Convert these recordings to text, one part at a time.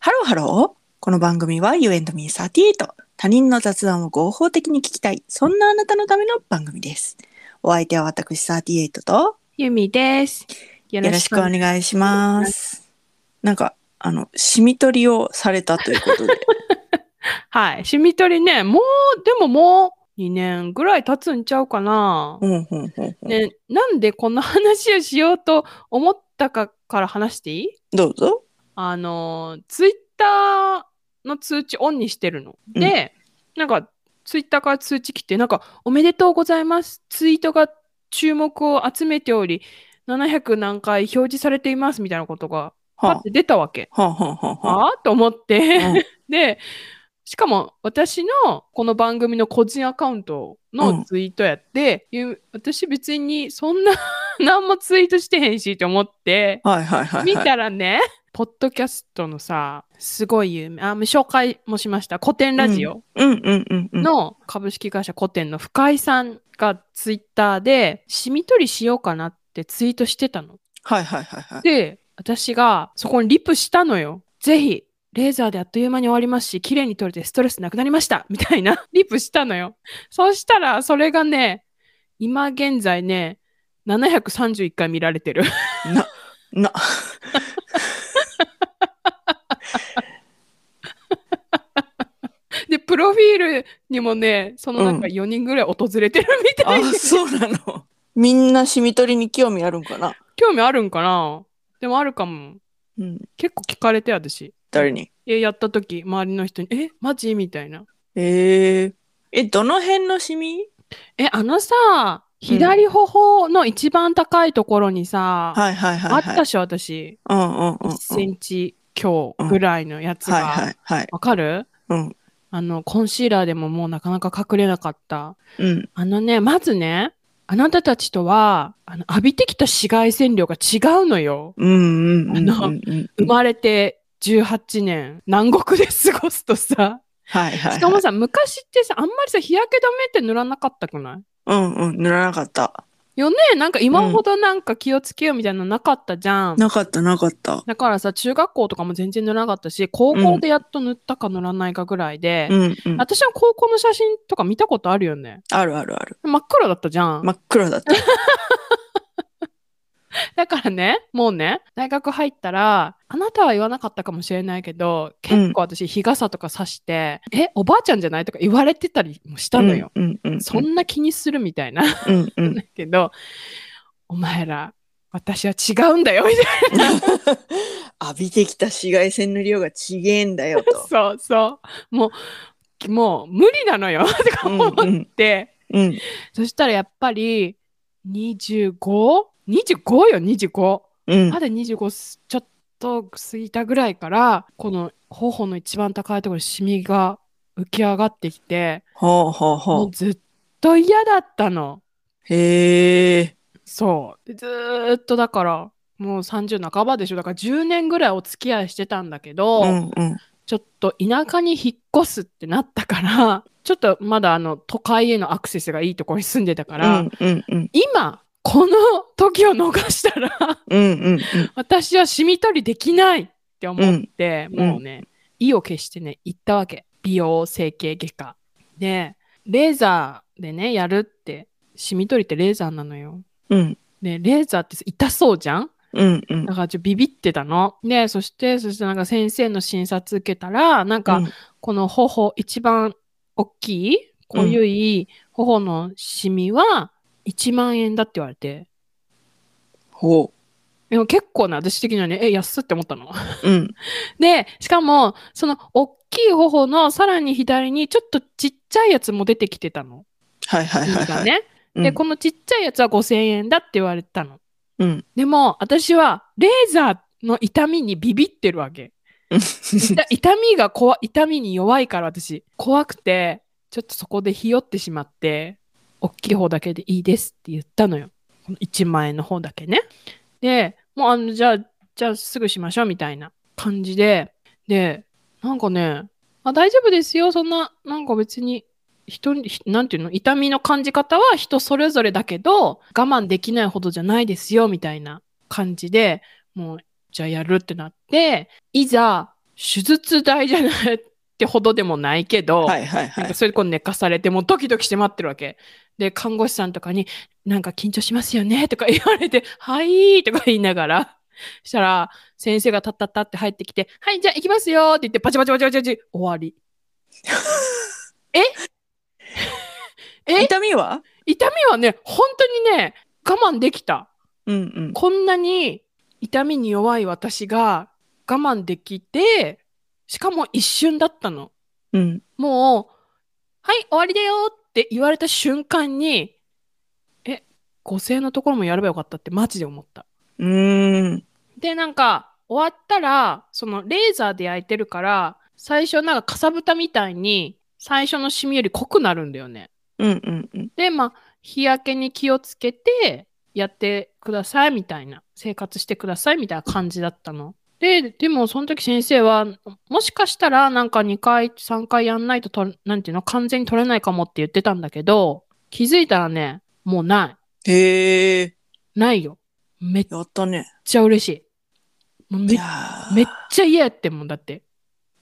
ーハロー。この番組は You and me38。他人の雑談を合法的に聞きたい。そんなあなたのための番組です。お相手は私38とゆみです。よよろしくお願いします。なんか、あの、染み取りをされたということ で。はい。しみ取りね、もう、でももう2年ぐらい経つんちゃうかな。うんうんうんうんね、なんでこんな話をしようと思ったかから話していいどうぞ。あの、ツイッターの通知オンにしてるの。で、なんか、ツイッターから通知来て、なんか、おめでとうございます。ツイートが注目を集めており、700何回表示されていますみたいなことが、パはッて出たわけ。あ、はあ、はあ、はあはあ。ああと思って、うんで、しかも私のこの番組の個人アカウントのツイートやって、ゆ私別にそんな 何もツイートしてへんしって思って、はいはいはい、はい。見たらね、ポッドキャストのさ、すごい有名、あ、もう紹介もしました、古典ラジオうんうんうんうん。の株式会社古典の深井さんがツイッターで、しみ取りしようかなってツイートしてたの。はいはいはいはい。で、私がそこにリプしたのよ。ぜひ、レーザーであっという間に終わりますし、綺麗に撮れてストレスなくなりましたみたいな リプしたのよ。そうしたら、それがね、今現在ね、731回見られてる。 な。で、プロフィールにもね、そのなんか4人ぐらい訪れてるみたいあで、、そうなの。みんな染み取りに興味あるんかな。興味あるんかなでもあるかも。うん。結構聞かれて、私。誰に。え、やった時、周りの人に、え、マジみたいな。えー、え、どの辺のシミえ、あのさ、左頬の一番高いところにさ、はいはいあはい、っはい。たっしょ、私。うんうんうんうん。 1センチ強ぐらいのやつが。はいわ、はいはい。かるうん。あの、コンシーラーでももうなかなか隠れなかった。うん。あのね、まずね、あなたたちとは、あの浴びてきた紫外線量が違うのよ。うんうんうんうん、あのうん。生まれて18年、南国で過ごすとさ。はいはい、しかはもい。さ、昔ってさ、あんまりさ、日焼け止めって塗らなかったくないうんうん。塗らなかった。よねなんか今ほどなんか気をつけようみたいなのなかったじゃん。なかったなかった。だからさ、中学校とかも全然塗らなかったし、高校でやっと塗ったか塗らないかぐらいで、うんうん。私の高校の写真とか見たことあるよね。あるあるある。真っ黒だったじゃん。真っ黒だった。だからね、もうね、大学入ったら、あなたは言わなかったかもしれないけど、結構私日傘とかさして、え、おばあちゃんじゃないとか言われてたりもしたのよ。うんうんうん。そんな気にするみたいな。うんうんだ。 けど、お前ら、私は違うんだよ、みたいな。浴びてきた紫外線の量がちげえんだよ と。そうそう。もう、もう無理なのよとかうんう思っんて、うん。そしたらやっぱり 25?25 25よ、25。うんま。だ25ちょっと過ぎたぐらいから、この頬の一番高いところにシミが浮き上がってきて、ほうほうほもうう。ずっと嫌だったの。へえ。そう。でずーっとだから、もう30半ばでしょ。だから10年ぐらいお付き合いしてたんだけど、うんうん。ちょっと田舎に引っ越すってなったから、ちょっとまだあの都会へのアクセスがいいところに住んでたかうら、んうんうん。今、この時を逃したら、 うんうん私は染み取りできないって思って、うんもうね、意を決してね、行ったわけ。美容整形外科。で、レーザーでね、やるって、染み取りってレーザーなのよ。うん。うんで、レーザーって痛そうじゃんうんうんだ。からちょっとビビってたの。で、そして、そしてなんか先生の診察受けたら、なんか、この頬、一番大きい、濃ゆい頬のシミは1万円だって言われて。ほでも結構な、私的にはね、え、安っって思ったの。 う。うん。で、しかも、その大きい頬のさらに左にちょっとちっちゃいやつも出てきて たの。はいはいはい、がはい。ね。うんで、このちっちゃいやつは5000円だって言われてたの。うん。でも、私はレーザーの痛みにビビってるわけ。いた痛みが怖痛みに弱いから私怖くてちょっとそこでひよってしまって大きい方だけでいいですって言ったのよこの1万円の方だけねでもうあのじゃあじゃあすぐしましょうみたいな感じででなんかねあ大丈夫ですよそんななんか別に人にひなんていうの痛みの感じ方は人それぞれだけど我慢できないほどじゃないですよみたいな感じでもうじゃあやるってなっていざ手術代じゃないってほどでもないけど、はいはいはなんかい。それでこう寝かされて、もうドキドキして待ってるわけ。で、看護師さんとかに、なんか緊張しますよねとか言 われて、はいとか言いながら、したら、先生がタッタッタって入ってきて、はい、じゃあ行きますよって言って、パチパチパチパチパチ、終わり。え痛みは痛みはね、本当にね、我慢できた。うんうん。こんなに痛みに弱い私が我慢できて、しかも一瞬だったの。うん。もう、はい、終わりだよって言われた瞬間に、え、5000円のところもやればよかったってマジで思った。うーん。で、なんか、終わったら、そのレーザーで焼いてるから、最初なんかかさぶたみたいに、最初のシミより濃くなるんだよね。うんうんうん。で、まあ、日焼けに気をつけて、やってくださいみたいな、生活してくださいみたいな感じだったの。で、でもその時先生は、もしかしたらなんか2回、3回やんないととれ、なんていうの、完全に取れないかもって言ってたんだけど、気づいたらね、もうなへえ。い。ないよ。めっやったね。ちゃ嬉しい。もうめいやーめっちゃ嫌やってんもん、だって。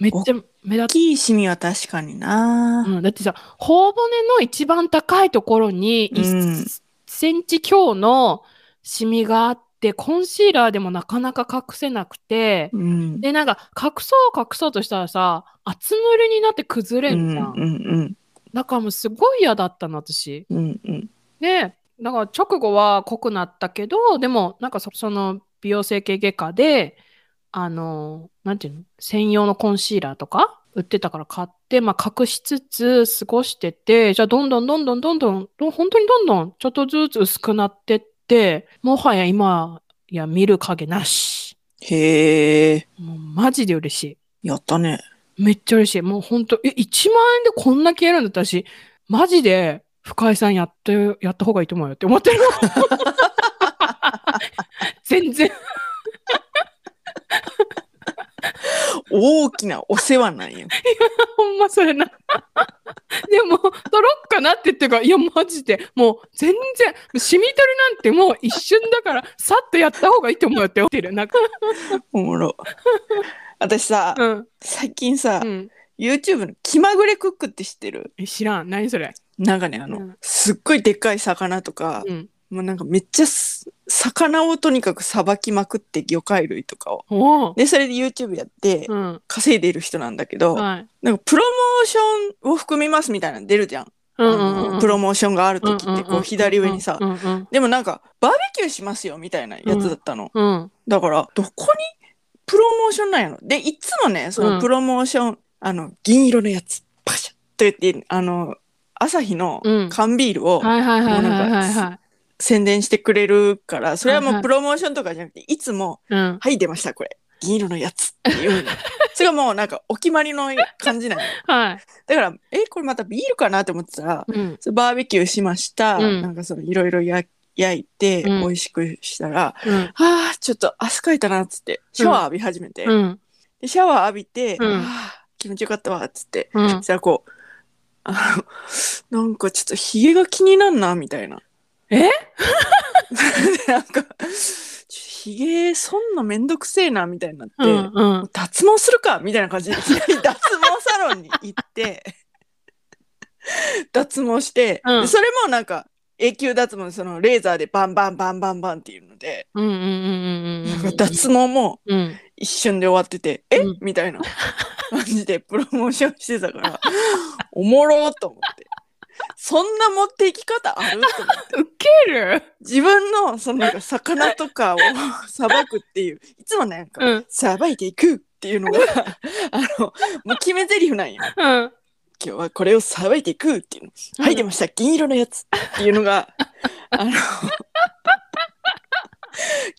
めっちゃ目大立つ。きいシミは確かにな。うん、だってさ、頬骨の一番高いところにうん1センチ強のシミがあって、コンシーラーでもなかなか隠せなくて、うん。で、なんか隠そう隠そうとしたらさ、厚塗りになって崩うれんんうじゃんん。うんだからもうすごい嫌だったの、私。うんうん。で、だから直後は濃くなったけど、でもなんかそその美容整形外科で、あの、なんていうの専用のコンシーラーとか売ってたから買って、まあ隠しつつ過ごしてて、じゃあどんどんどんどんどんどん、どん本当にどんどんちょっとずつ薄くなってって、もはや今や見る影なし。へえ。もうマジで嬉しい。やったね。めっちゃ嬉しい。もうほんと、え、1万円でこんな消えるんだったら私、マジで深井さんやって、やった方がいいと思うよって 思ってる。全然。大きなお世話なんや。 ほんまそれな。でも、取ろっかなって言ってるから、いや、マジで、もう、全然、シミ取りなんてもう一瞬だから、さっとやった方がいいと思うよって思ってる。なんか、おもろ。私さ、うん。最近さ、うん。 YouTube の気まぐれクックって知ってるえ知らん。何それ。なんかね、あの、うんすっごいでっかい魚とか、うん。もうなんかめっちゃす魚をとにかくさばきまくって魚介類とかを。おお。で、それで YouTube やってうん。稼いでる人なんだけど、はい。なんかプロモーションを含みますみたいなの出るじゃん。うんうあんうのん。プロモーションがある時ってうんうんこううん左上にさ、うんうんでもなんかバーベキューしますよみたいなやつだったの。うん。だからどこにプロモーションなんやろでいつもねそのプロモーション、あの銀色のやつパシャッと言ってあの朝日のうん缶ビールをはいはいはいはいもうはいなはい。宣伝してくれるから、それははいもはういプロモーションとかじゃなくていつもう「んはい出ましたこれ銀色のやつ」っていう のそれがもうなんかお決まりの感じなのよはい。だからえこれまたビールかなって思ってたらうん。それバーベキューしました、うんなんかそのいろいろ焼いてうん美味しくしたら、うん。あーちょっと汗かいたなっつってシャワー浴び始めて、うん。でシャワー浴びて、うんああ気持ちよかったわっつってうそんし。たらこうあのなんかちょっとひげが気になんなみたいなえ なんかひげそんのめんどくせえなみたいになって、うん。うん。脱毛するかみたいな感じでい きなり脱毛サロンに行って 脱毛して、うんでそれもなんか永久脱毛でそのレーザーでバンバンバンバンバンっていうので、うん。うん。うん。なんか脱毛もうん。一瞬で終わってて、え、うんみ たいな感じでプロモーションしてたから、 おもろーと思って。そんな持っていき方あると思って。ウケる自分の、そのなんか魚とかを さばくっていう、いつもなんか、うん。さばいていくっていうのが、 あの、もう決め台詞なんよ。うん。今日はこれをさばいていくっていうの。はい、出ました。銀色のやつっていうのが、あの、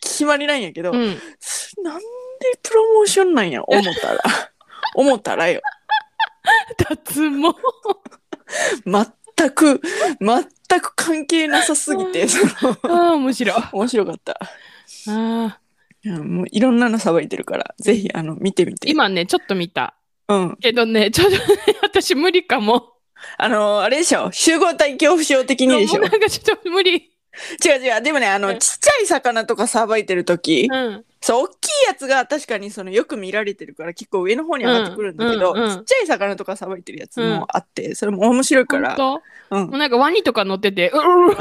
決まりなんやけど、うん。なんでプロモーションなんや思ったら 思ったらよ脱毛。全く全く関係なさすぎてそのああ、面白い。あ面白かったあ。いやもういろんなのさばいてるからぜひあの見てみて今ね、ちょっと見た。うんけどね、ちょっとね、私無理かも。あのあれでしょ集合体恐怖症的にもでしうょなんかちょっと無理。違う違う。でもね、あうの、んちっちゃい魚とかさばいてるとき、うん。そう、大きいやつが確かにその、よく見られてるから結構上の方に上がってくるんだけど、うんうんうんちっちゃい魚とかさばいてるやつうんもあって、それも面白いか本ら。当うんもう。なんかワニとか乗ってて、うるるる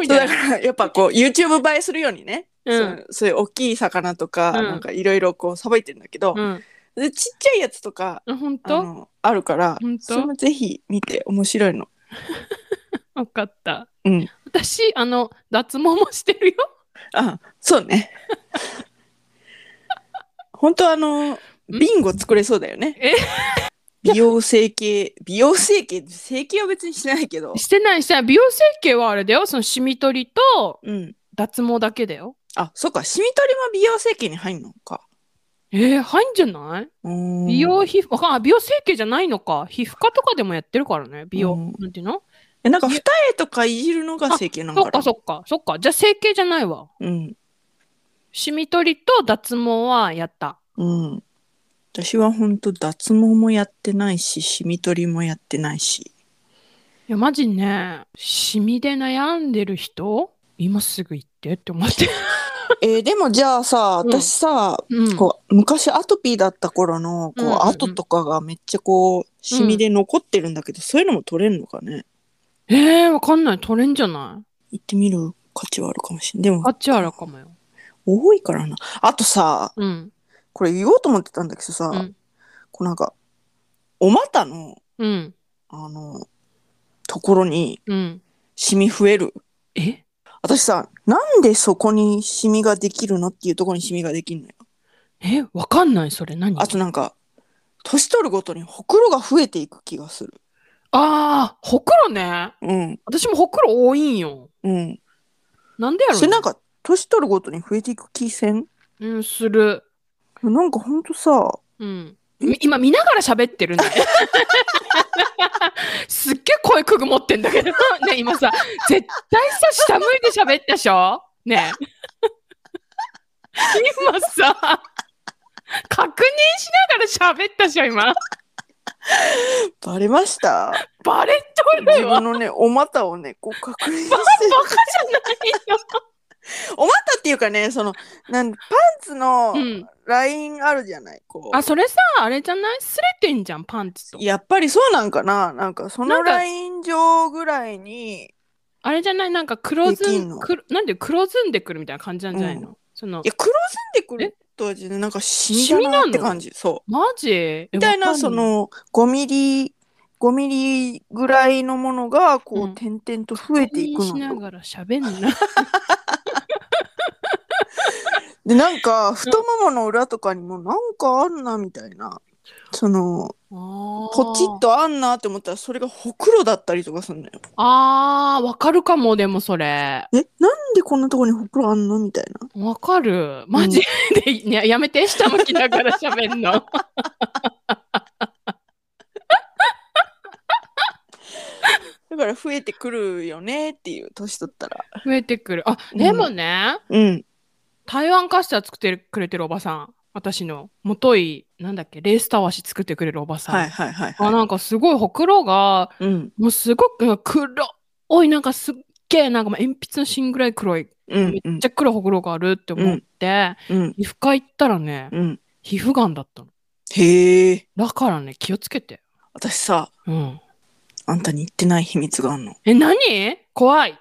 みそうただいかな。らやっぱこう YouTube 映えするようにね、うんそうそういう大きい魚とか、うんなんかいろいろこうさばいてるんだけど、うんでちっちゃいやつとかあ。本あ当のあるからほんとそれもぜひ見て面白いの。分かった。うん、私、あの、脱毛もしてるよ。あそうね。 本当あのビンゴ作れそうだよねえ。美容整形美容整形整形は別にしないけど、してない、してない。美容整形はあれだよ。その、シミ取りとうん、脱毛だけだよ。あそっかシミ取りも美容整形に入んのか。えー、入んじゃない美美容皮膚、わかんない。美容整形じゃないのか。皮膚科とかでもやってるからね。美容。うんなんていうのえなんか二重とかいじるのが整形なんそっかかな。そっか。そっか。じゃあ整形じゃないわ。うんシミ取りと脱毛はやった。うん。私は本当脱毛もやってないし、シミ取りもやってないし。いや、マジね、シミで悩んでる人今すぐ行ってって思って。えーでもじゃあさ、うん私さ、 うん。こう昔アトピーだった頃のこう、うんうんうん跡とかがめっちゃこうシミで残ってるんだけど、そういうのも取れるのかねえー、わかんない。取れんじゃない行ってみる価値はあるかもしれないでもあっちあらかもよ。多いからなあとさうん。これ言おうと思ってたんだけどさ、うんこうなんかお股のうん。あのところにうん。シミ増えるえ私さ、なんでそこにシミができるのっていうところにシミができるのよ。えわかんないそれ何あとなんか、年取るごとにほくろが増えていく気がする。あー、ほくろね。うん、私もほくろ多いんよ。うん。なんでやろそれなんか、年取るごとに増えていく気せんうん、する。なんかほんとさ、うん。み今見ながら喋っ てるね。すっげえ声くぐもってんだけど。ね、 今さ、絶対さ、下向いて喋ったでしょ ねえ。今さ、確認しながら喋ったでしょ今。バレました。 バレと自るわ。分のね、お股をね、こう確認して。バカじお股っていうかね、その、なんパンツのゃないの。うん。ラインあるじゃない、こう。あ、それさ、あれじゃないすれてんじゃん、パンツと。やっぱりそうなんかななんかそなのんかライン上ぐらいに、あれじゃないなんか黒ずできんのん、黒なんで黒ずんでくるみたいな感じなんじゃないの、そいのや、、黒ずんでくるとはじゃないなんかシミだなって感じ。そう。マジえみたいわなかんその5ミリ5ミリぐらいのものがこう、うん点々と増えていく確認しなのよがら喋ん な。でなんか太ももの裏とかにもなんかあんなみたいなそのポポチッ。とあんなって思ったらそれがほくろだったりとかするのよあー、わかるかも、でもそれ。えなんでこんなとこにほくろあんのみたいなわかる。マジで、いややめて、下向きながら喋 んの。だから増えてくるよねっていう年取ったら増えてくる。あ、でもね、うん台湾カスター作ってくれてるおばさん。私の、もとい、なんだっけ、レースたわし作ってくれるおばさん。はいはいはいあ、はいなんかすごい、ほくろが、うんもうすごく黒おい、なんかすっげえ、なんかもう鉛筆の芯ぐらい黒い、うんうめっんちゃ黒いほくろがあるって思って、うん皮膚科行ったらね、うん皮膚がんだったの。へえだからね、気をつけて。私さうん。あんたに言ってない秘密があんのえ、何怖い。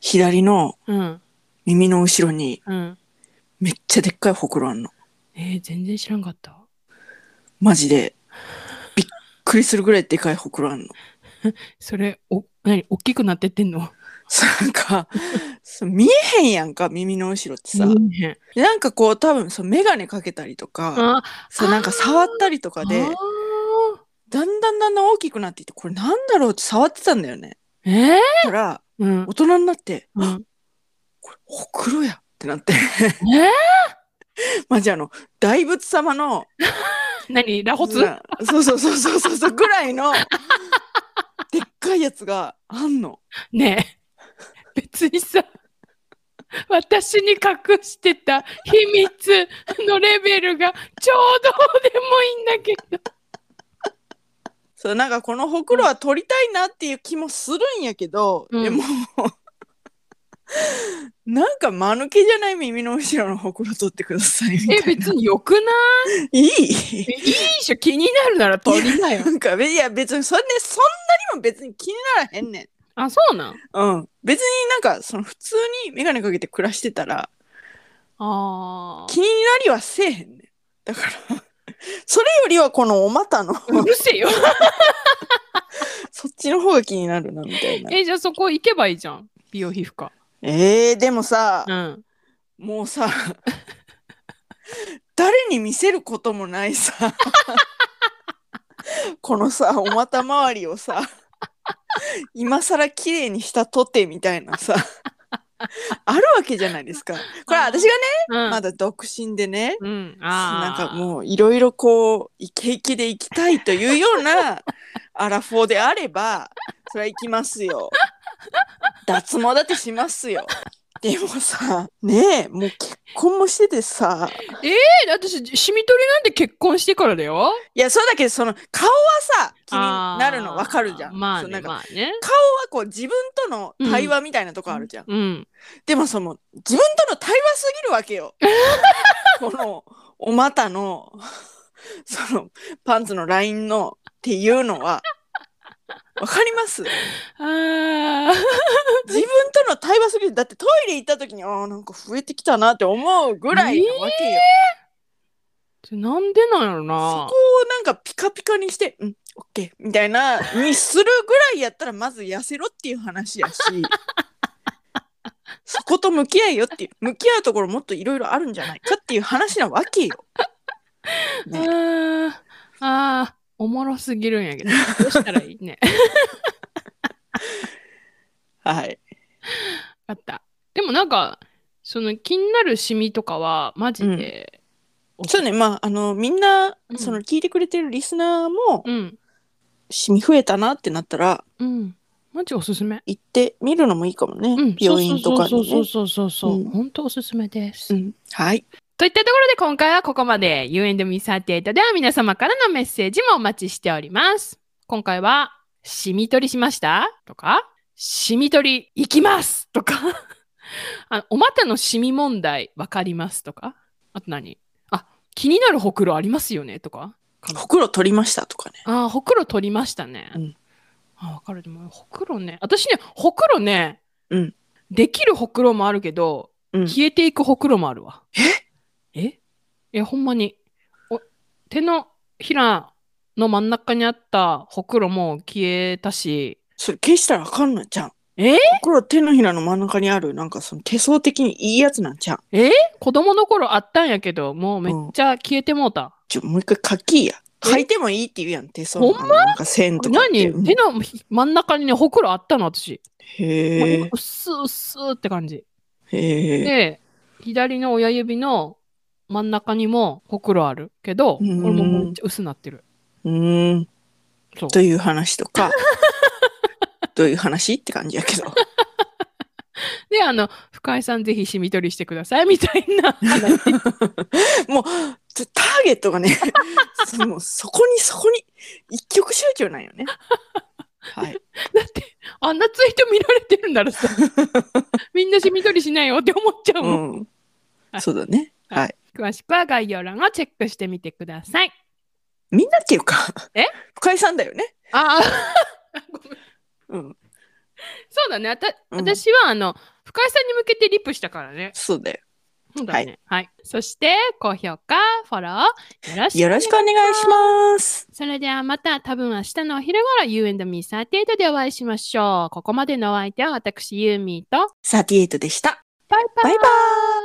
左のうん。耳の後ろにうん。めっちゃでっかいほくろあんのえー全然知らんかった。マジでびっくりするぐらいでかいほくろあんのそれ、お、何大きくなってってんのそうなんかそう見えへんやんか耳の後ろってさ、見えへんでなんかこう多分そう眼鏡かけたりとか、あそうなんか触ったりとかであーだんだんだんだん大きくなっていってこれなんだろうって触ってたんだよねえーだからうん大。人になってうんこれほくろやってなって えマジあの大仏様のー何ラホツなそうそうそうそうそうそうぐらい のでっかいやつがあんのねえ。別にさ、私に隠してた秘密のレベルがちょうどでもいいんだけど。そうなんかこのほくろは取りたいなっていう気もするんやけど、 うんでもなんか間抜けじゃない耳の後ろのほくろ取ってくださいみたいえ、な。別によくないいいいっしょ、気になるなら取りなよな。んか、いや別にそんな、そんなにも別に気にならへんねん。あ、そうなんうん。別になんか、その普通にメガネかけて暮らしてたら、あ気になりはせえへんねん。だから、それよりはこのお股の、あ。うるせ えよ。そっちの方が気になるな、みたいな。え、じゃあそこ行けばいいじゃん。美容皮膚科。えー、でもさう、ん。もうさ、 誰に見せることもないさ、 このさ、お股周りをさ、今更綺麗にしたとてみたいなさ、あるわけじゃないですか。これ私がね、うん。まだ独身でね、うん。なんああ。かもういろいろこうイケイケで行きたいというよう なアラフォーであればそれは行きますよ脱毛だってしますよでもさねえもう結婚もしててさえ、私、シミ取りなんて結婚してからだよ。いやそうだけどその顔はさ気になるのわかるじゃあんーまあそうなね、んかまあね。顔はこう自分との対話みたいなとこあるじゃん、うん。でもその自分との対話すぎるわけよこのお股のそのパンツのラインのっていうのはわかりますああ。自分との対話すぎるだってトイレ行った時にあーなんか増えてきたなって思うぐらいなわけよ、なんでなんやろそなこ。をなんかピカピカにして「うんオッケー」みたいなにするぐらいやったらまず痩せろっていう話 やしそこと向き合えよっていう向き合うところもっといろいろあるんじゃないかっていう話なわけよ。あねーあー、おもろすぎるんやけど。どうしたらいい ね。はい、あった。でもなんか、その気になるシミとかは、マジで。そうねまああのみんな、うんその聞いてくれてるリスナーも、うん。シミ増えたなってなったらうん。マジおすすめ。行ってみるのもいいかもね、うん。病院とかに、そうそねうそうそうそうそう。うん本当おすすめです。うん。はいといったところで今回はここまで You and me38 では皆様からのメッセージもお待ちしております。今回は、しみ取りしましたとか、しみ取り行きますとか、 あのお股のしみ問題わかりますとか、あと何あ、気になるほくろありますよねとか、ほくろ取りましたとかねあー、ほくろ取りましたね。うんあ、わかる。でも、ほくろね。私ね、ほくろね、うんできるほくろもあるけど、うん消えていくほくろもあるわ。ええいや、ほんまに。お手のひらの真ん中にあったほくろも消えたし、それ消したらあかんのじゃんえーほくろ手のひらの真ん中にあるなんかその手相的にいいやつなんじゃんえー子供の頃あったんやけど、もうめっちゃ消えてもうた。ちょもう一回書きやえ書いてもいいって言うやん手相のほんなんか線とかって何手の真ん中にね、ほくろあったの、私。もうへ今えうっすうっすって感じ。へえで、左の親指の真ん中にもほくろあるけど、こうれんももうめっちゃ薄なってる。うーんそう。という話と かどういう話って感じやけどで、あの、深井さんぜひしみ取りしてくださいみたいな話。もうちょターゲットがね そのそこにそこに一極集中なんよねはいだって、あんなツイート見られてるんだ らさ、みんなしみ取りしないよって思っちゃううもん。んそうだねはい詳しくは概要欄をチェックしてみてください。みんなっていうかえ深井さんだよねああ、うんそうだね。あたうん私は、あの、深井さんに向けてリプしたからね。そうだよそうだね。はい。そして、高評価、フォロー、よろしくよろしくお願いしますそれではまた多分明日のお昼頃 You and me38 でお会いしましょう。ここまでのお相手は私ユーミーと38でしたバイバイバイバーイ